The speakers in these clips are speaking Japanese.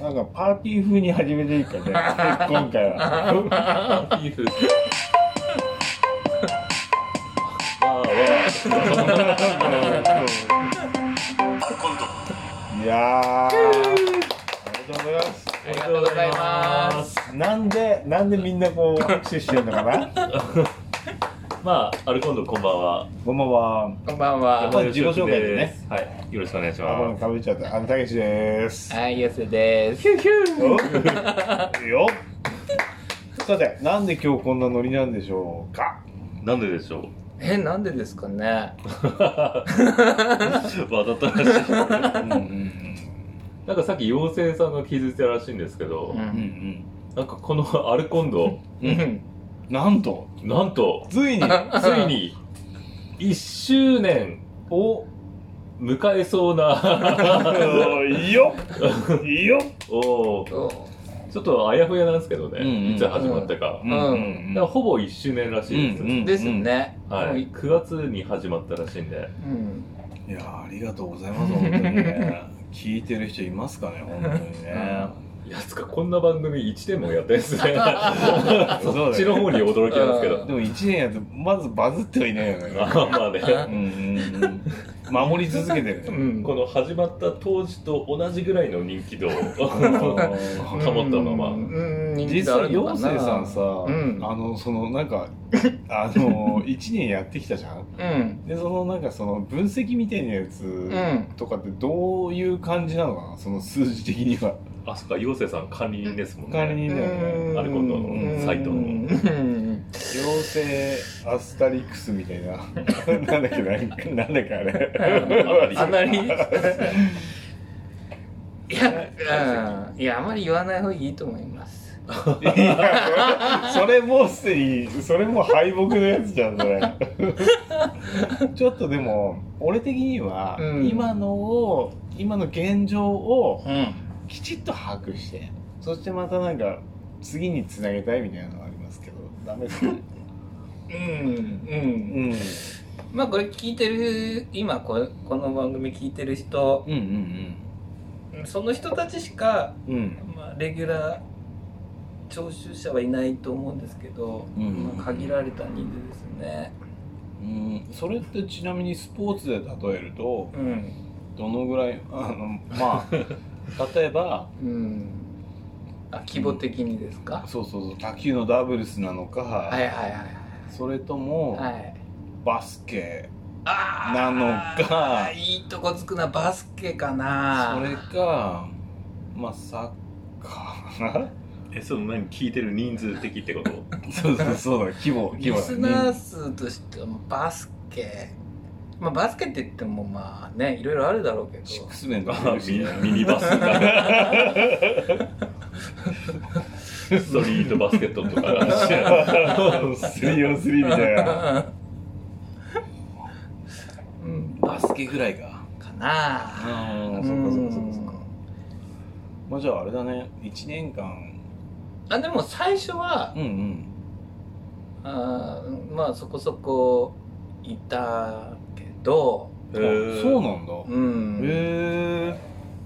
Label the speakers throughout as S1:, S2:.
S1: なんかパーティー風に始めていいか ね今回は
S2: いい風
S1: いやーありがとうございます
S3: ありがとうございます。
S1: なんでなんでみんなこう拍手してんのかな
S2: まあ、アルコンドこんばんは。
S1: こんばんは
S3: こんばん
S1: やっぱ
S3: は。
S1: り自己紹介でね
S2: す。はい、よろしくお願いし
S1: あごめ
S2: ま
S1: ん
S2: す。
S1: かぶっちゃったあのたけしです
S3: はい、よすです。
S1: およっさてなんで今日こんなノリなんでしょうか
S2: なんででしょう。
S3: え、なんでですかね。
S2: わざとらしい。
S1: うんうん
S2: なんかさっき妖精さんが気づいたらしいんですけど、
S3: う
S1: うん
S3: ん。
S2: なんかこのアルコンド、
S3: うん。
S1: なんと
S2: なんと、
S1: つ いに
S2: ついに、1周年を迎えそ うな、
S1: よっよっ
S2: おー
S3: そ
S2: ちょっとあやふやなんですけどね、
S1: うんうん
S2: いつ始まったか。
S3: ん
S2: だからほぼ1周年らしいです。
S1: うんうん
S3: うですね。
S2: はい、9月に始まったらしいんで、
S3: うん。
S1: いやーありがとうございます本当にね聞いてる人いますかね本当に ね
S2: いやつかこんな番組1年もやっ てんですね。
S1: そうだ
S2: そ
S1: よ
S2: っちの方に驚きなんですけ
S3: う
S2: ど
S3: ん。
S1: でも1年やってまずバズってはいないよね
S2: あまあね
S1: うんうんうん守り続けてる
S3: う
S1: ね
S3: ん。
S2: この始まった当時と同じぐらいの人気 度
S1: あ
S2: 保ったまま、
S3: うん、
S1: ー
S3: 人
S1: 実
S3: 気
S1: 際
S3: あるのか
S1: 陽
S3: な
S1: 生さんさ、
S3: ん
S1: あのそのなんかあの1年やってきたじゃん
S3: うん。
S1: でそのなんかその分析みたいなやつ
S3: うん。
S1: とかってどういう感じなのかなその数字的には
S2: あそっか陽生さん管理人ですもんね
S1: 管理人だよね
S2: あれ今度の
S3: うん
S2: サイトの
S3: うん
S1: 妖精アスタリクスみたいな なんだっけなんかなんだっけあ
S2: あ
S1: れ
S3: あんまりいや、うん、いや、あまり言わない方がいいと思います。
S1: いやそれもうすでにそれもう敗北のやつじゃんそれ ちょっとでも俺的には、
S3: うん
S1: 今のを今の現状を
S3: うん。
S1: きちっと把握してそしてまたなんか次につなげたいみたいなのはありますけどダメですか
S3: うん、うん。
S1: ん
S3: まあこれ聞いてる今ここの番組聞いてる人
S1: うんうん
S3: その人たちしか、
S1: うんうん
S3: まあ、レギュラー聴取者はいないと思うんですけど、
S1: うん
S3: まあ、限られた人数ですね。
S1: うんそれってちなみにスポーツで例えると
S3: うん
S1: どのぐらいあの まあ例えば
S3: うん、あ規模的にですか、
S1: そうそうそう卓球のダブルスなのか、
S3: はいはいはい
S1: それとも、
S3: はい。はい、
S1: バスケ
S3: あ
S1: なのか
S3: ーいいとこつくなバスケかな
S1: それかまあサッ カ
S2: えその何聞いてる人数的ってこと
S1: ーそうそうそうだ規模規
S3: リ
S1: 模
S3: スナー数としてはバスケまあバスケって言ってもまあねいろいろあるだろうけど
S1: シックスメンとか
S2: あ
S1: いるし
S2: ミ
S1: ね
S2: ミニバス だストリートバスケットと か
S1: 3on3 みたいな
S3: うん、
S1: バスケぐらいか
S3: かな
S1: あ
S3: あ
S1: あそっかそっかそっかそっかまあじゃああれだね1年間
S3: あでも最初は
S1: うんうん
S3: あーまあそこそこいたけど
S1: あそうなんだ
S3: うん、
S1: へ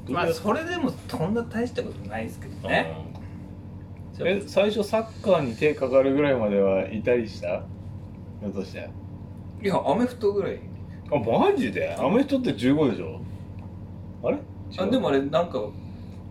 S3: まあそれでもそんな大したことないですけどね
S2: ね
S1: ええ最初サッカーに手かかるぐらいまではいたりしたひょっとして
S3: いやアメフトぐらい
S1: あマジでアメフトって15でしょあれ
S3: あでもあれなんか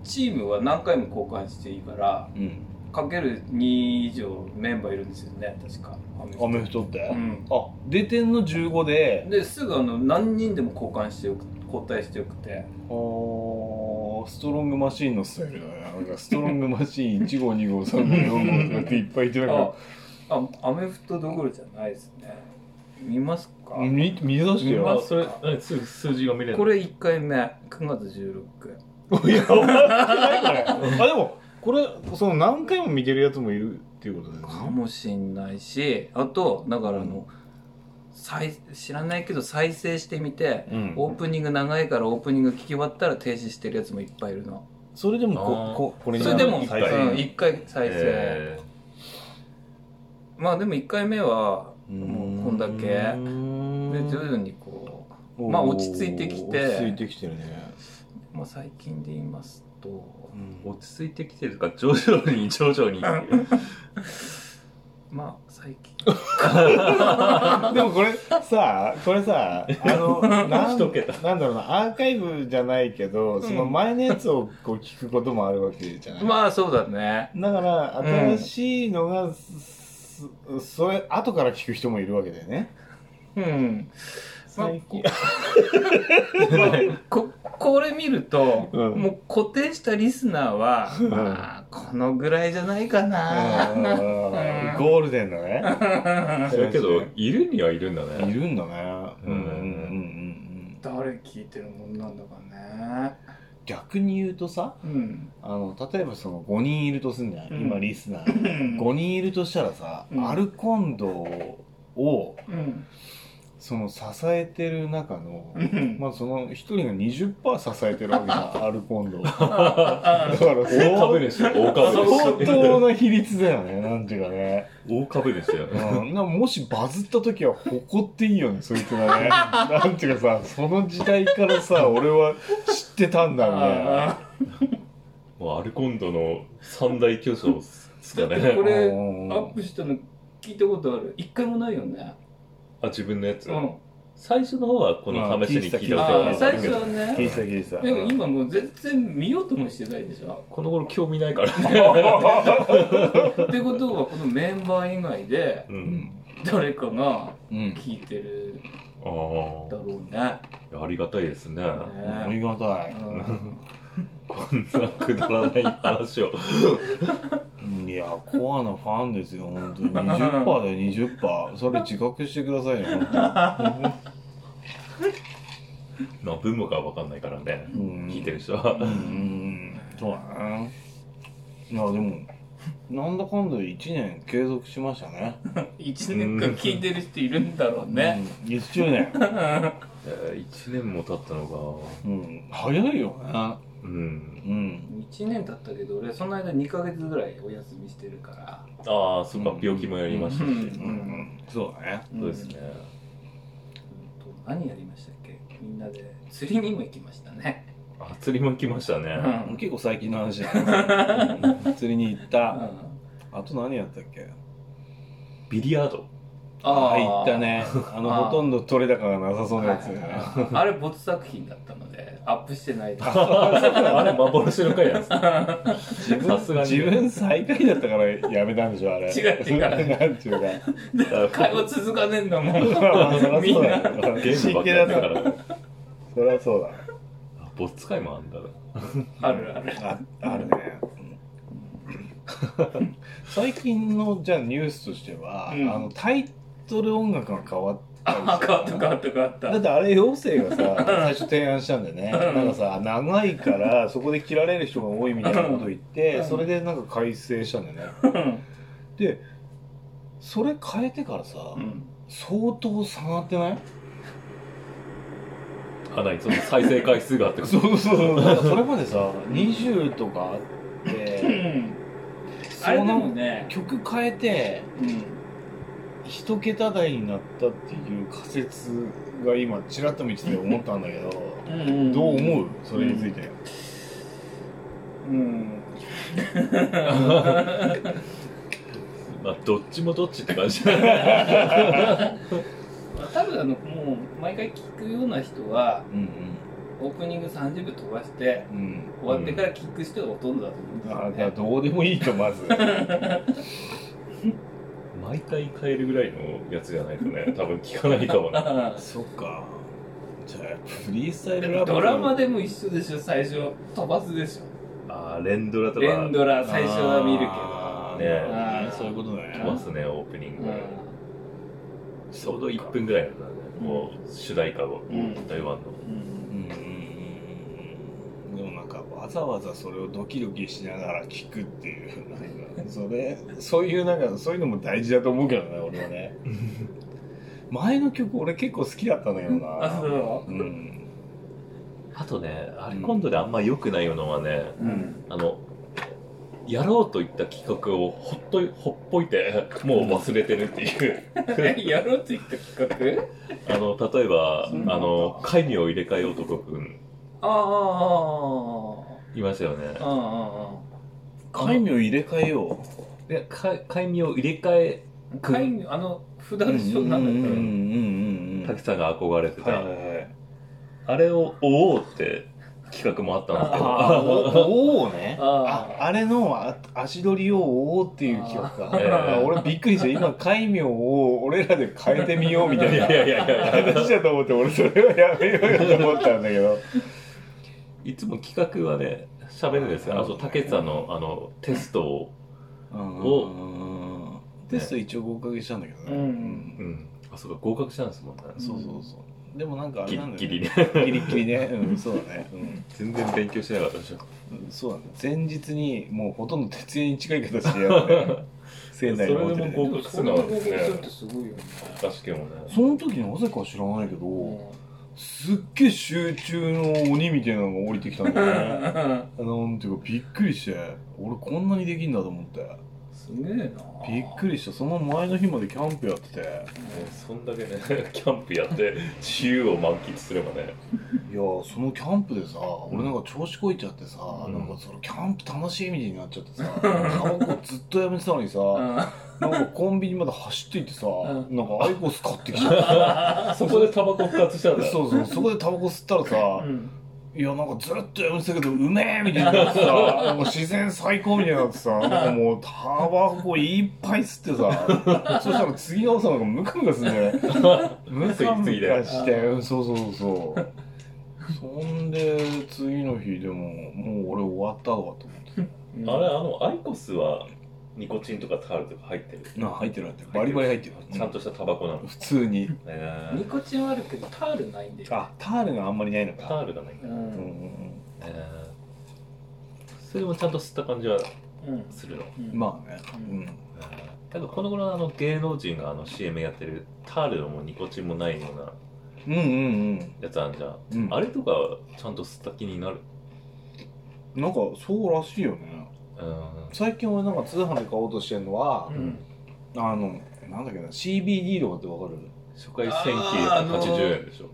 S3: チームは何回も交換していいから
S1: うん
S3: かける2以上メンバーいるんですよね確かアメフト
S1: アメフトって、
S3: うん
S1: あ出てんの15で
S3: ですぐあの何人でも交換してよく交代してよくて
S1: おーストロングマシーンのスタイルだねなんかストロングマシーン1号2号3号4号とかっていっぱいいてなん
S3: あ
S1: か
S3: あアメフトどころじゃないですね見ますか
S1: 見見出して
S2: あ
S1: よ
S2: それ何数数字が見れるの
S3: これ1回目9月16
S1: いや終わってないこれあでもこれその何回も見てるやつもいるっていうことだよ
S3: かもしんないしあとだからあの、再知らないけど再生してみて
S1: うん
S3: オープニング長いからオープニング聞き終わったら停止してるやつもいっぱいいるの
S1: それでも
S2: あー
S1: こここれに
S3: それでも、うん、
S1: 一
S2: 再
S1: 回
S2: 生
S3: 1回再生、
S2: え
S3: まあでも1回目はもうこんだけ
S1: うーん
S3: で徐々にこうまあ落ち着いてきて
S4: 落ち着いてきてるね。
S3: まあ、最近で言いますと、
S2: 落ち着いてきてるとか徐々に徐々に
S3: まあ最近
S1: でもこれさあこれさあ のなん
S2: 一桁
S1: なんだろうなアーカイブじゃないけどその前のやつをこう聞くこともあるわけじゃない、
S3: まあそうだね
S1: だから
S3: う
S1: 新
S3: ん
S1: しいのが、すそれ後から聞く人もいるわけだよね
S3: うんまあ
S1: 最近
S3: こ これ見ると、
S1: うん
S3: もう固定したリスナーは、
S1: ん
S3: まあこのぐらいじゃないか な、
S1: うんゴールデンだね
S2: だけどいるにはいるんだ
S1: い
S2: ね
S1: るんだねうんうんうんうん
S3: 誰聞いてるもんなんだかね
S1: 逆に言うとさ
S3: うん
S1: あの例えばその5人いるとすんじゃない、
S3: うん
S1: 今リスナ ー5人いるとしたらさ、
S3: うん
S1: アルコンドを
S3: うん
S1: その支えてる中の、
S3: うん
S1: まあその1人が20%支えてるわけじゃんアルコンドをだか
S3: あ
S1: ら
S3: あ
S1: 相
S2: 大株主大株
S1: 相
S2: 主
S1: 当な比率だよねなんていうかね、
S2: 大株主だよ
S1: うん、
S2: ね
S1: なんかもしバズった時は誇っていいよねそいつがねなんていうかさその時代からさ俺は知ってたんだみたいな。
S3: あ
S2: もうアルコンドの三大巨匠っすかね
S3: これ
S1: うん
S3: アップしたの聞いたことある一回もないよね
S2: あ自分のやつ、
S3: うん
S2: 最初の方はこの試しに聞いたことがあ
S3: あ
S2: る
S3: あ
S2: んだ
S3: 最
S2: け
S3: 初
S2: ど
S3: はね
S1: 聞いてた聞いてた
S3: でも今もう全然見ようともしてないでしょ
S2: この頃興味ないからね、
S3: ってことはこのメンバー以外で
S2: うん、
S3: 誰かが
S1: うん
S3: 聞いてる
S2: あ
S3: だろうね
S2: あありがたいですね
S1: あ
S3: ね
S1: りがたい。
S2: こんなくだらない話を
S1: いや、コアなファンですよ、本当に。20%だよ、20%。それ自覚してくださいよ、本
S2: まあ分母が分かんないからね
S1: 当に。
S2: 聞いてる人は
S1: うんうんうん、そうだね。いや、でも、なんだかんだ1年継続しましたね。
S3: 1年間聞いてる人いるんだろうね、
S1: うん。1周年。
S2: えー1年も経ったの
S1: うん。早いよね。
S2: がうん
S1: うん。
S3: 1年経ったけど俺その間2ヶ月ぐらいお休みしてるから
S2: ああそっか
S1: うん
S2: 病気もやりましたし、
S3: うん
S1: うん。そうだね。
S2: そうですね、
S3: うんと何やりましたっけみんなで釣りにも行きましたね
S2: あ釣りも来ましたね、
S3: うん
S1: 結構最近の話だね。うん釣りに行った。あと何やったっけ
S2: ビリヤード
S1: ああ、行ったね。あの、
S3: あー
S1: ほとんど取れ高がなさそうなやつだよね。
S3: ああれ没作品だったのでアップしてないです
S2: あれ幻の回なんです か
S1: 自分
S2: さすがに
S1: 自分最下位だったからやめたんでしょあれ
S3: 違う違う
S1: なんていうか
S3: 会話続かねえんだも
S1: まあまあそりゃ
S3: んみ
S1: そ
S3: ん
S1: うだ
S3: な
S1: よ
S2: ゲームばっ
S1: 真剣
S2: かり
S1: だ
S2: だ
S1: った
S2: か
S1: から
S2: ら
S1: そりゃそうだ
S2: あボッツ回もあんだな
S3: あるある
S1: ああるね最近のじゃあニュースとしては、
S3: うん
S1: あのタイトル音楽が変わった
S3: あ変わった変わった変わっ
S1: だったてあれ陽性が さ最初提案したんだよねなんかさ長いからそこで切られる人が多いみたいなことを言って
S3: うん
S1: それでなんか改正したんだよね
S3: うん
S1: でそれ変えてからさ、
S3: うん
S1: 相当下がってない
S2: あないその再生回数があって こと
S1: そうそうなんかそれまでさ20とかあって
S3: あれで
S1: その
S3: もね、
S1: 曲変えて
S3: うん、
S1: 一桁台になったっていう仮説が今ちらっと見てて思ったんだけどどう
S3: う、
S1: 思うそれについて
S3: うん、
S2: まあどっちもどっちって感じだね
S3: 多分あのもう毎回聞くような人は
S1: うん
S3: オープニング30分飛ばして
S1: うんうん
S3: 終わってから聞く人がほとんどだと思うんです
S1: あだ
S3: よ
S1: から
S3: ね。
S1: どうでもいいとまず
S2: 毎回変えるぐらいのやつじゃないとね多分聞かないかも ね
S1: そっかじゃあフリースタイ
S3: で
S1: ル
S3: も
S1: ラップ
S3: ドラマでも一緒でしょ最初飛ばすでしょ
S2: ああ連ドラとか
S3: 連ドラ最初は見るけ
S1: あー
S2: ねえ
S1: あーそういうことだ
S2: 飛ば
S1: ね
S2: すねオープニング、
S3: ど
S2: ちょうど1分ぐらいなんだね、もう主題歌を、
S3: うん
S2: 台湾の
S1: うんうんうんうんでもなんかわざわざそれをドキドキしながら聞くっていうなんかそ れそういうなんかそういうのも大事だと思うけどね俺はね前の曲俺結構好きだったんだけど
S3: うん。あ
S1: な
S3: そ
S1: うん
S2: あとねあれ今度であんま良くないのはね、
S3: う。うん。
S2: あのやろうといった企画をほっとい、ほっぽいて、もう忘れてるって いう。
S3: やろうって言った企画
S2: あの、例えば、あ
S3: そうなんだ
S2: の、会議を入れ替え男くん、
S3: ああ
S2: いましたよね。
S3: あああああ
S1: 海名入れ替えよう。
S2: いや、会会議を入れ替え、
S3: あ会議あの札でしょ
S1: うんう
S3: なん
S1: うん
S3: だっ
S1: うんうん。は
S2: 滝さんが憧れてた、
S1: いはいはい。
S2: あれを追おうって企画もあったんですけど、
S1: ああ、おおね。
S3: あ
S1: あ
S3: ー
S1: あれのあ足取りを追おうっていう企画か。
S2: あー
S1: あ俺びっくりして、今、戒名を俺らで変えてみようみた
S2: い
S1: い
S2: やい
S1: な
S2: やいやいやい や、
S1: 話だと思って、俺それはやめようよと思ったんだけど。
S2: いつも企画はね、喋るんですよ。あと、竹さんの、あの、テストを、
S1: うんテスト一応合格したんだけどね。
S3: うん
S2: うん。あ、そうか、合格したんですもんね。
S1: そうそうそう。でもなんかあ
S2: ギ
S1: れなん
S2: リ
S1: だ
S2: ギリ
S1: ね。
S2: ね。
S1: ギリギリね。うん、そうだね。うん
S2: 全然勉強してなかったでしょ。
S1: うんそうだね。前日にもうほとんど徹夜に近い形でやって、仙台のホテル
S2: それでも
S1: で。
S2: 合格する
S3: の
S2: の
S3: 合
S2: は
S3: 格するってすごいよね
S2: 確かもね。
S1: その時なぜか知らないけど、
S3: う
S1: すっげえ集中の鬼みたいなのが降りてきたんだよ ね。
S3: ん
S1: なんていうかびっくりして、俺こんなにできんだと思って。
S3: すげえな
S1: びっくりした。その前の日までキャンプやってて。いや、
S2: ねそんだけね、キャンプやって、自由を満喫すればね。
S1: そのキャンプでさ、俺なんか調子こいちゃってさ、
S2: うん
S1: なんかそのキャンプ楽しいみたいになっちゃってさ、タバコずっとやめてたのにさ、なんかコンビニまで走っていってさ、
S3: うん
S1: なんかアイコス買ってきちゃった。
S2: そこでタバコ復活したんだ。
S1: そうそう、そこでタバコ吸ったら
S3: う
S1: さ、
S3: ん
S1: いや、なんかずっとやめてたけど、うめえみたいになって さ、なんか自然最高みたいになってさ、なんかもうタバコいっぱい吸って さ、そしたら次の朝なんかムカムカすんだよね。ムカムカして、うんそうそうそうそう。そんで、次の日でも、もう俺終わったわと思って。
S3: うん
S2: あれ、あの、アイコスは、ニコチンとかタールとか入ってる。
S1: な、入ってる入ってる。バリバリ入ってる。
S2: ちゃんとしたタバコなの。ね
S1: 普通に。
S2: え
S3: ニコチンはあるけどタールないんだよ
S1: あ、タールがあんまりないの
S2: タ
S1: か。
S2: ールがないん
S3: う
S2: だ。ね
S1: うんんうん
S2: えそれもちゃんと吸った感じは
S3: うん
S2: するの。
S1: うんまあね。うん。
S2: ただこの頃あの芸能人があの CM やってるタールのもニコチンもないような
S1: うんうん
S2: やつあんじゃん、
S1: うん。うん
S2: あれとかちゃんと吸った気になる
S1: なんかそうらしいよね
S2: うん
S1: 最近俺なんか通販で買おうとしてるのは、
S3: うん
S1: あのなんだっけな CBD とかってわか
S2: 初回
S3: あー
S2: 1980円でしょ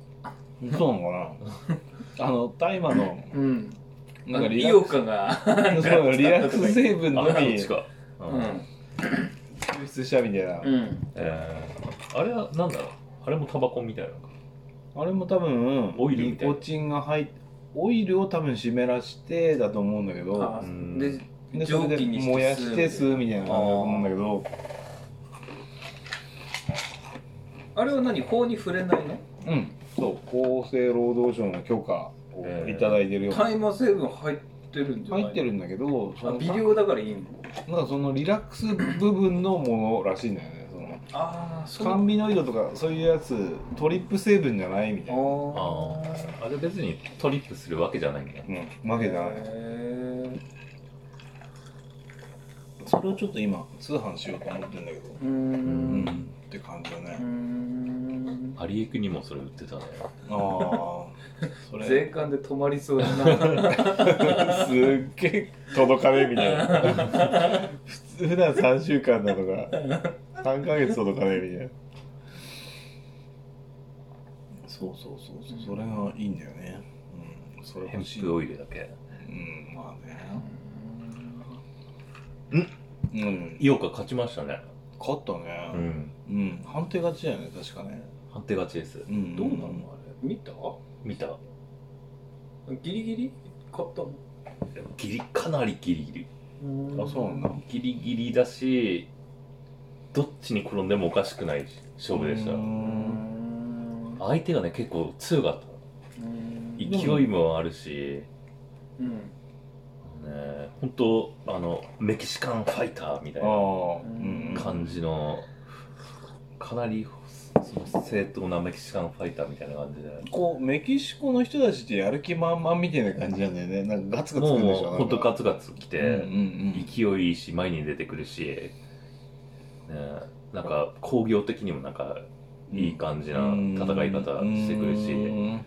S1: るそうなのかなあの大麻の
S3: うん
S1: なんかリ
S3: 井
S1: ラック
S3: 岡が
S1: スそうリラックス成分の
S2: あそっ
S1: み
S2: ち
S1: 抽
S2: か、う
S3: うんん
S1: 出したみたいな、
S3: うん
S2: えーあれはなんだろうあれもタバコみたいなのか
S1: あれも多分
S2: オイルみ
S1: ニ
S2: たいな
S1: コチンが入ってオイルを多分湿らしてだと思うんだけ
S3: あ
S1: ど
S2: うん
S3: で
S1: でそ
S3: 蒸
S1: れ
S3: 気に
S1: で
S3: して
S1: 燃やして吸うみたいな感じだと思うんだけど
S3: あれは何法に触れないの
S1: うんそう厚生労働省の許可をいただいてるような、
S3: 大麻成分入ってるんじゃない
S1: 入ってるんだけどそ
S3: あ
S1: の
S3: 微量だからいいの
S1: なんかそのリラックス部分のものらしいんだよね。その
S3: ああそ
S1: 甘味の色とかそういうやつトリップ成分じゃないみたいな。
S2: あ
S3: あ
S2: あれ別にトリップするわけじゃないんだよ
S1: うん、負けじゃない。
S3: へえ
S1: それをちょっと今通販しようと思ってるんだけど。
S3: うー
S1: うん、
S3: ん
S1: って感じだ
S3: う
S1: ね
S3: ー。ん
S2: アリエクにもそれ売ってたね
S1: ああ、それ
S3: 税関で止まりそうだ な
S1: すっげえ届かねえみた いな。普通普段三週間だとか三ヶ月届かねえみたいな。そうそうそうそう、それがいいんだよね。うん、それ
S2: ヘン
S1: 欲しい。
S2: プオイルだけ
S1: うん、まあね。うん、
S2: 井岡勝ちましたね
S1: 勝った
S2: う
S1: ね。
S2: ん
S1: うん、判定勝ちだよね、確かね。
S2: 判定勝ちです
S1: うん、
S3: どうなのあれ見た
S2: 見た
S3: ギリギリ買ったの
S2: ギリかなりギリギリ
S1: あ、そうなんだ。
S2: ギリギリだしどっちに転んでもおかしくない勝負でした
S1: うん
S3: う
S2: 相手がね結構強かった
S3: ーん
S2: 勢いもあるし、
S3: うん
S2: ね、本当あのメキシカンファイターみたい
S1: ああ、
S2: な
S1: うん、
S2: 感じのかなりその正当なメキシカンファイターみたいな感じで
S1: こうメキシコの人たちってやる気満々みたいな感じなんだよね。なんかガツガツく
S2: も
S1: る
S2: う
S1: でしょ。
S2: 本当ガ
S1: ツ。
S2: ツガツ来
S1: うん、うん、う
S2: て、
S1: ん。
S2: 勢いいいし前に出てくるし、ね、なんか工業的にもなんかいい感じな戦い方してくるし、
S1: うん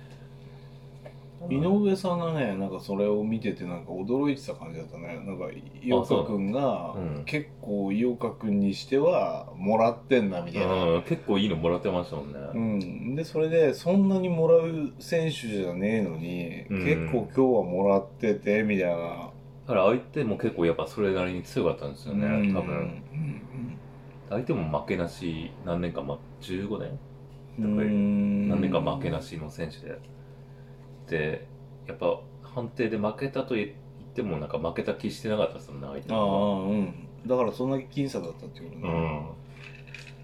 S1: 井上さんがねなんかそれを見ててなんか驚いてた感じだったねなんか井岡君が
S2: そうなのうん
S1: 結構井岡君にしてはもらってんなみたいな、
S2: うん、結構いいのもらってましたもんね。
S1: うん、でそれでそんなにもらう選手じゃねえのに、
S2: うん
S1: 結構今日はもらっててみたいな、
S2: だから相手も結構やっぱそれなりに強かったんですよね、多分。
S1: 分
S2: 相手も負けなし、何年か、ま、15年
S1: うん
S2: だから
S1: うん
S2: 何年か負けなしの選手で。で、やっぱ判定で負けたと言っても、なんか負けた気してなかったですもんね、相手
S1: ああ
S2: も。
S1: うんだからそんなに僅差だったっていうこと
S2: う
S1: ね、
S2: ん。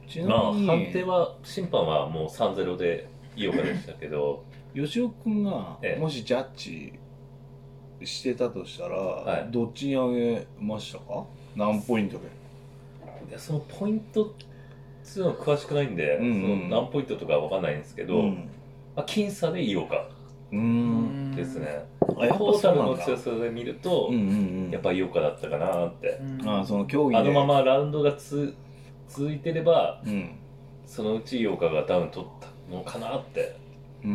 S1: ち
S2: ま
S1: な
S2: あ
S1: みに、
S2: 判定は、審判はもう3-0で井岡でしたけど、
S1: 吉尾君が
S2: ええ
S1: もしジャッジしてたとしたら、
S2: い
S1: どっちにあげましたか何ポイントで
S2: いやそのポイントっていうのは詳しくないんで、
S1: うんうん
S2: その何ポイントとかわかんないんですけど、
S1: うん
S2: まあ、僅差で井岡
S1: うーん
S2: ですね。
S1: あやっぱ
S2: トータ
S1: そ
S2: ル
S1: うな
S2: の
S1: んだ
S2: 強さで見ると、
S1: うんうんうん
S2: やっぱ井岡だったかなって、
S1: ああその競技で
S2: あのままラウンドがつ続いてれば
S1: うん
S2: そのうち井岡がダウン取ったのかなって、
S1: うーん
S2: う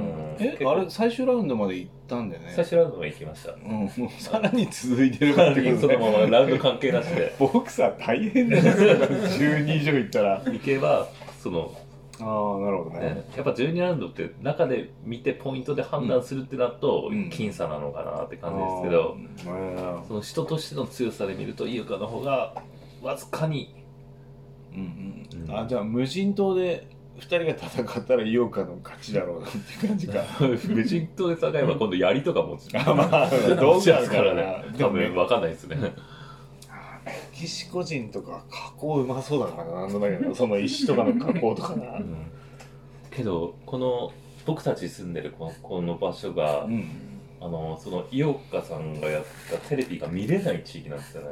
S2: ん
S1: え
S2: 結構
S1: あれ最終ラウンドまで行ったんだよね
S2: 最初ラウンドまで行き ました
S1: うん、さらに続いてる
S2: さ
S1: からって
S2: に
S1: こ
S2: そ
S1: と
S2: の
S1: ね
S2: ままラウンド関係なし で
S1: ボクサー大変だよ 12以上行ったら あ
S2: 行けばその、
S1: あなるほどね
S2: ね、やっぱ12ラウンドって中で見てポイントで判断するってなると
S1: うん
S2: 僅差なのかなって感じですけど、
S1: ああ
S2: その人としての強さで見ると井岡の方がわずかに
S1: うんうん
S2: うん
S1: あじゃあ無人島で2人が戦ったら井岡の勝ちだろうなっていう感じか
S2: 無人島で戦えば今度槍とか持ち
S1: あ まあ
S2: ど
S1: 道
S2: う
S1: 具
S2: し
S1: あ
S2: ま
S1: る
S2: す
S1: か
S2: からら
S1: ね
S2: ね
S1: で
S2: 多
S1: もね
S2: 分わかんないですね
S1: メキシコ人とか加工うまそうだからななんとなくなその石とかの加工とかな
S2: けどこの僕たち住んでるこのこの場所が、
S1: うん
S2: あのその井岡さんがやったテレビが見れない地域なんですよね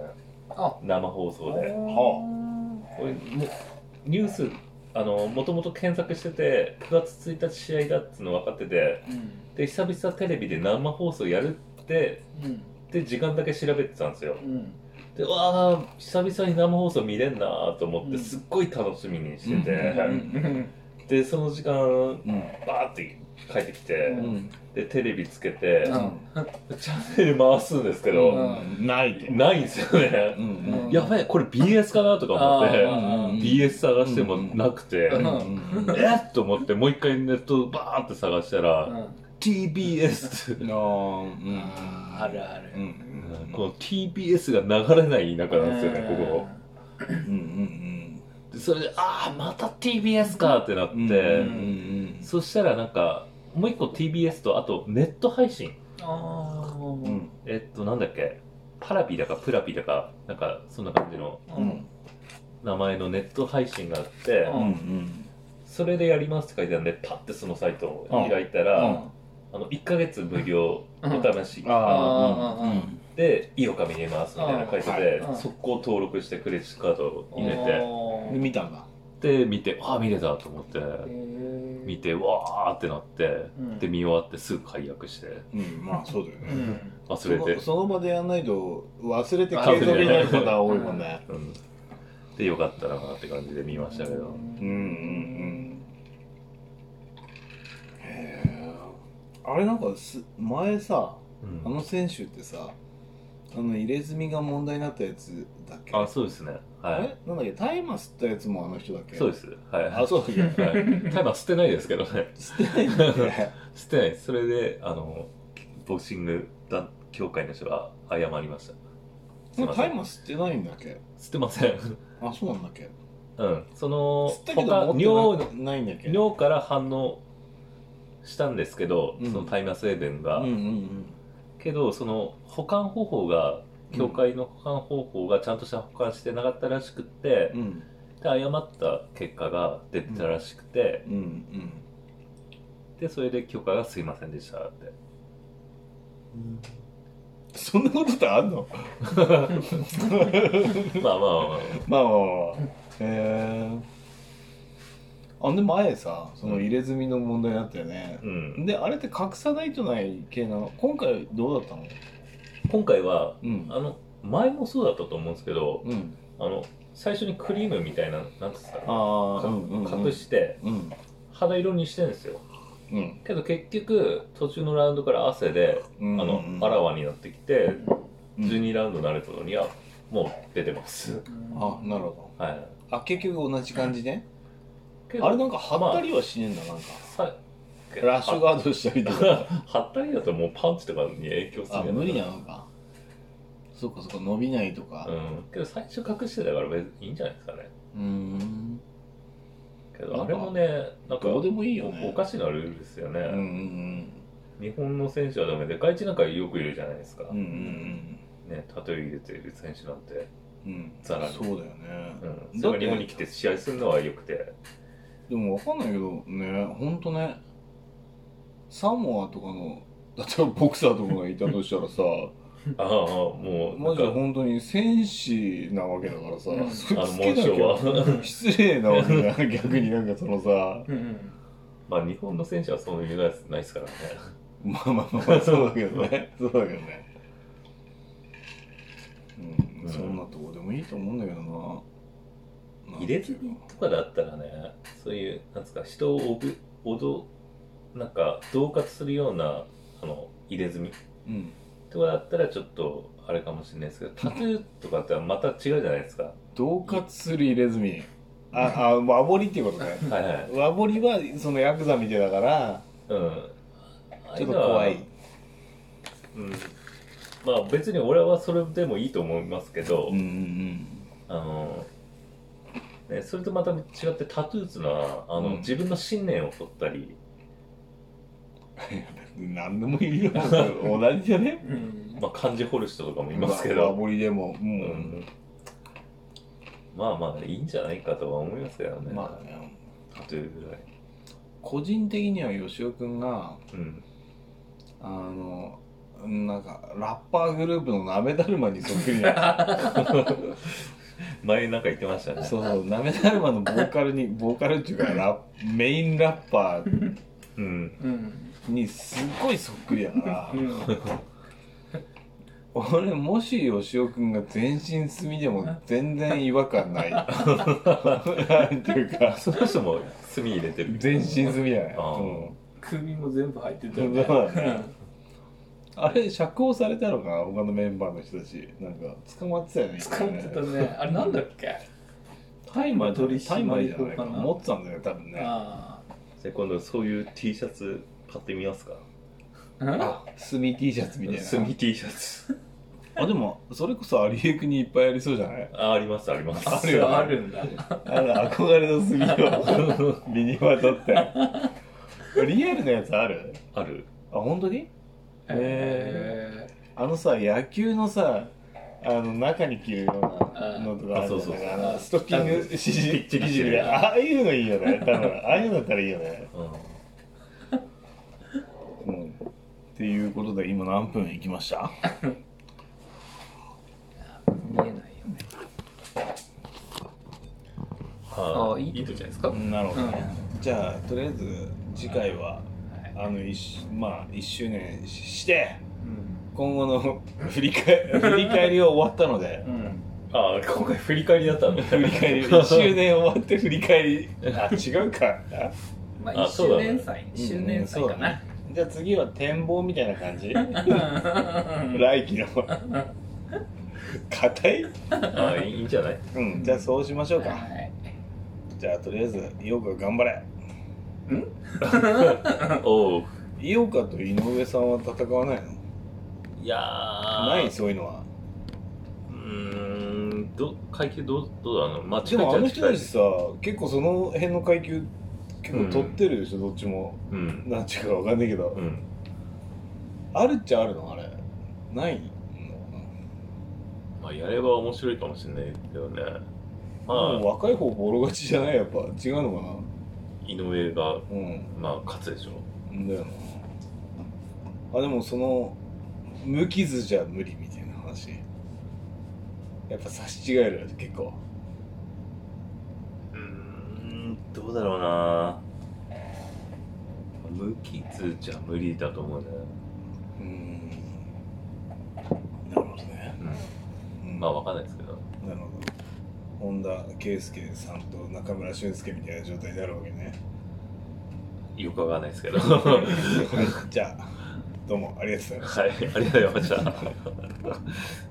S3: あ
S2: 生放送
S1: は
S2: でこれもうニュースあのもともと検索してて9月1日試合だっての分かってて
S3: うん
S2: で久々テレビで生放送やるって
S3: うん
S2: で時間だけ調べてたんですよ
S3: うん
S2: でうわあ久々に生放送見れんなーと思っ
S3: う
S2: て
S3: ん
S2: すっごい楽しみにしてて、
S3: うん
S2: でその時間
S1: うん
S2: バーって帰ってきて、
S3: う
S1: うん
S2: でテレビつけて、
S3: うん
S2: チャンネル回すんですけど、
S1: うんないって
S2: ないんですよね
S1: う、ん
S2: やべえこれ BS かなとか思って、
S1: ーうん
S2: BS 探してもなくて、
S3: うん
S1: うん
S2: えっと思ってもう一回ネットバーって探したら、TBS って、
S1: ああうん
S3: あるある
S1: うん
S2: うんこの TBS が流れない田舎なんですよね、ここ
S1: うんうん
S2: でそれでああまた TBS かってなって、
S1: うんうん
S2: そしたらなんかもう一個 TBS とあとネット配信
S3: あ
S1: うんうん
S2: えっとなんだっけパラビだかプラビだかなんかそんな感じの
S3: あ
S1: うん
S2: 名前のネット配信があって、
S3: う
S1: うんうん
S2: それでやりますって書いてあるんでパッてそのサイトを開いたら、あの1ヶ月無料お試し、
S1: ああ
S2: でいいおか見れますみたいな書いてて、
S3: うん
S2: 速攻登録してクレジットカードを入れて
S3: お
S1: で見たんだ
S2: で見てああ見れたと思って
S3: ー
S2: 見てわーってなって
S3: うん
S2: で見終わってすぐ解約して
S1: うんまあそうだよ
S3: う
S1: ね
S3: ん
S1: そ
S2: 忘れ
S1: の
S2: て、
S1: その場でやんないと忘れて継続になることが多いもんね
S2: うん、でよかったなって感じで見ましたけ
S1: う
S2: ど、
S1: んうんうんへえあれなんかす前さ
S2: うん
S1: あの選手ってさあの入れ墨が問題になったやつだっけ
S2: あそうですねは
S1: あ
S2: い
S1: れなんだっけ大麻吸ったやつもあの人だっけ
S2: そうですはい
S1: あそうだっけ
S2: はい、タイマー捨てないですけどね
S1: 吸ってないんだっけ
S2: 捨てないですそれであのボクシング団協会の人が謝りましたすいませ
S1: 大麻
S2: ん
S1: 吸ってないんだっけ
S2: 捨てません
S1: あそうなんだっけ
S2: うんその
S1: 吸ったけ
S2: 他
S1: ど持っ
S2: 尿
S1: てなないんだっけ
S2: 尿から反応したんですけど、
S1: うん
S2: そのタイマー成分が、
S1: うんうんうん
S2: けどその保管方法が協会の保管方法がちゃんとした保管してなかったらしくって、
S1: うん
S2: で誤った結果が出てたらしくて、
S1: うんうん
S2: でそれで許可がすいませんでしたって
S1: そんなことってあんの
S2: ま
S1: まあ
S2: あまあまあ、
S1: まあまあまあへえあで前さその入れ墨の問題になったよね
S2: う、ん、
S1: であれって隠さないとない系なの今回どうだったの
S2: 今回は
S1: うん
S2: あの前もそうだったと思うんですけど
S1: うん
S2: あの最初にクリームみたいななんつった
S1: ああうんうんうん
S2: 隠して
S1: うん
S2: 肌色にしてるんですよ
S1: うん
S2: けど結局途中のラウンドから汗で、
S1: うん
S2: あのあらわになってきて、12ラウンドになる頃にはもう出てます、
S1: あなるほ
S2: はい
S1: どあ結局同じ感じね
S2: けど
S1: あれなんか張ったりはしねえんだなんか
S2: さ
S1: ラッシュガードしたりとか
S2: は張ったりだともうパンチとかに影響する
S1: あ
S2: んじゃい
S1: 無理なのかそっかそっか伸びないとか
S2: うんけど最初隠してたから別にいいんじゃないですかね
S1: うーん
S2: け
S1: なん
S2: ど
S1: か
S2: あれもねなんか
S1: どうでもいいよね
S2: おおかしなルールですよね、
S1: うんうん
S2: 日本の選手はダメで外地なんかよくいるじゃないですか、
S1: うんうんうん
S2: ねタトゥー入れている選手なんて、
S1: うん
S2: ザラに
S1: そうだよね、
S2: うん、それが日本に来て試合するのはよくて
S1: でもわかんないけどねほんとねサモアとかの例えばボクサーとかがいたとしたら さ
S2: ああもうな
S1: マ
S2: ん
S1: ジで
S2: か
S1: 本当に戦士なわけだからさ、
S3: うん
S1: それ
S2: あの
S1: つけなきゃ
S2: 紋章は
S1: 失礼なわけだ逆になんかそのさ
S3: うんうん
S2: まあ日本の選手はそういうのはないですからね
S1: まあまあまあ そうだけどねそうだけどねうん、
S2: うん
S1: そんなとこでもいいと思うんだけどな
S2: 入れ墨とかだったらねそういうなんですか人をおぶおどなんか恫喝するようなあの入れ墨
S1: うん
S2: とかだったらちょっとあれかもしれないですけどタトゥーとかってまた違うじゃないですか
S1: 恫喝する入れ墨ああ和彫りっていうこと ね
S2: はいはい
S1: 和彫りはそのヤクザみたいだから
S2: うん
S1: ちょっと怖い
S2: うんまあ別に俺はそれでもいいと思いますけど、
S1: うんうん
S2: あの、ね、それとまた違ってタトゥーっていうのはあの、
S1: うん
S2: 自分の信念を取ったり、
S1: うん何でもいい よ同じじゃね
S3: うん
S2: まあ、漢字彫る人とかもいますけど、
S1: 和彫りでもう、
S2: うんん、まあまあいいんじゃないかとは思いますけどね、
S1: まあね
S2: タトゥーぐらい、
S1: 個人的には吉尾君が
S2: うん、
S1: あのなんかラッパーグループのなめだるまにそっ くりな
S2: 前なんか言ってましたね
S1: そうそうなめだるまのボーカルにボーカルっていうかラッメインラッパー
S2: うん
S3: うん
S1: にすっごいそっくりだから
S3: うん
S1: 俺もし吉尾君が全身墨でも全然違和感ない なんていうか
S2: その人も墨入れてる
S1: 全身墨じゃない
S2: あー
S1: うん
S3: 首も全部入ってたよね
S1: そうだあれ釈放されたのかな他のメンバーの人たちなんか捕まってたよね
S3: 使ってたねあれなんだっけ
S1: タイマー
S3: 取り
S1: タイ
S3: 締
S1: マ
S3: ま
S1: ー
S3: り
S1: じゃ
S3: 法か
S1: な
S3: ない
S1: か持ってたんだよね多分ね
S3: あ
S2: で今度そういう T シャツ買ってみますか
S3: あ
S1: あ墨 T シャツみたいな
S2: 墨 T シャツ
S1: あでもそれこそアリエクにいっぱいありそうじゃない
S2: あありますあります
S1: あるよね
S3: あるんだ
S1: あの憧れの墨を身にまとってリアルなやつある
S2: ある
S1: あ本当に
S3: へ
S1: あのさ野球のさあの中に着るような
S3: あ
S1: のとかあるじゃん
S2: あそうそうそう
S1: あのストッキングしじ
S2: ピッチリしてる
S1: でああいうのいいよね多分ああいうのだったらいいよねう
S2: う
S1: んっていうことで今何分いきました
S3: 見えないよね
S2: ん
S3: あいいとこじゃないですかうん
S1: なるほ
S3: どね
S1: じゃあとりあえず次回はあの一まあ1周年しして今後の 振り返振り返りは終わったので
S3: うん
S2: あ今回振り返りだったの
S1: 振り返り1周年終わって振り返りあ違うか
S3: まあ
S2: あ
S3: 一
S2: そう
S3: 周
S2: だね
S3: 年祭一周年祭かな
S1: うんそうだねじゃあ次は展望みたいな感じ
S3: うん
S1: 来期の硬い
S2: あいいんじゃない
S1: うんじゃあそうしましょうか、
S3: はい
S1: じゃあとりあえず井岡頑張れ
S2: おう
S1: 井岡と井上さんは戦わないの
S2: いやー
S1: ないそういうのは
S2: うーんど階級どうどうだろうまあ
S1: で
S2: 近いっ
S1: も
S2: ち
S1: あ
S2: ゃ
S1: の
S2: 近
S1: 人
S2: い
S1: たちさ結構その辺の階級結構取ってるでしょ、どっちも
S2: うん
S1: なんちゅうかわかんないけど、
S2: うん
S1: あるっちゃあるのあれないの
S2: まあやれば面白いかもしれないけどねま
S1: まあ、
S2: あ
S1: 若い方ボロ勝ちじゃないやっぱ違うの
S2: 井上
S1: か
S2: が
S1: なうん
S2: まあ勝つでしょ
S1: だよなあでもその無傷じゃ無理みたいな話やっぱ差し違える結構
S2: うーんどうだろうな無傷じゃ無理だと思うね、
S1: うんなるほどね、
S2: う
S1: うん
S2: ん、まあわかんないですけど
S1: なるほど本田圭佑さんと中村俊輔みたいな状態であるわけね
S2: よくわかんないです けど。はい。
S1: はい、じゃあ、どうもありがとうございました。
S2: ありがとうございました。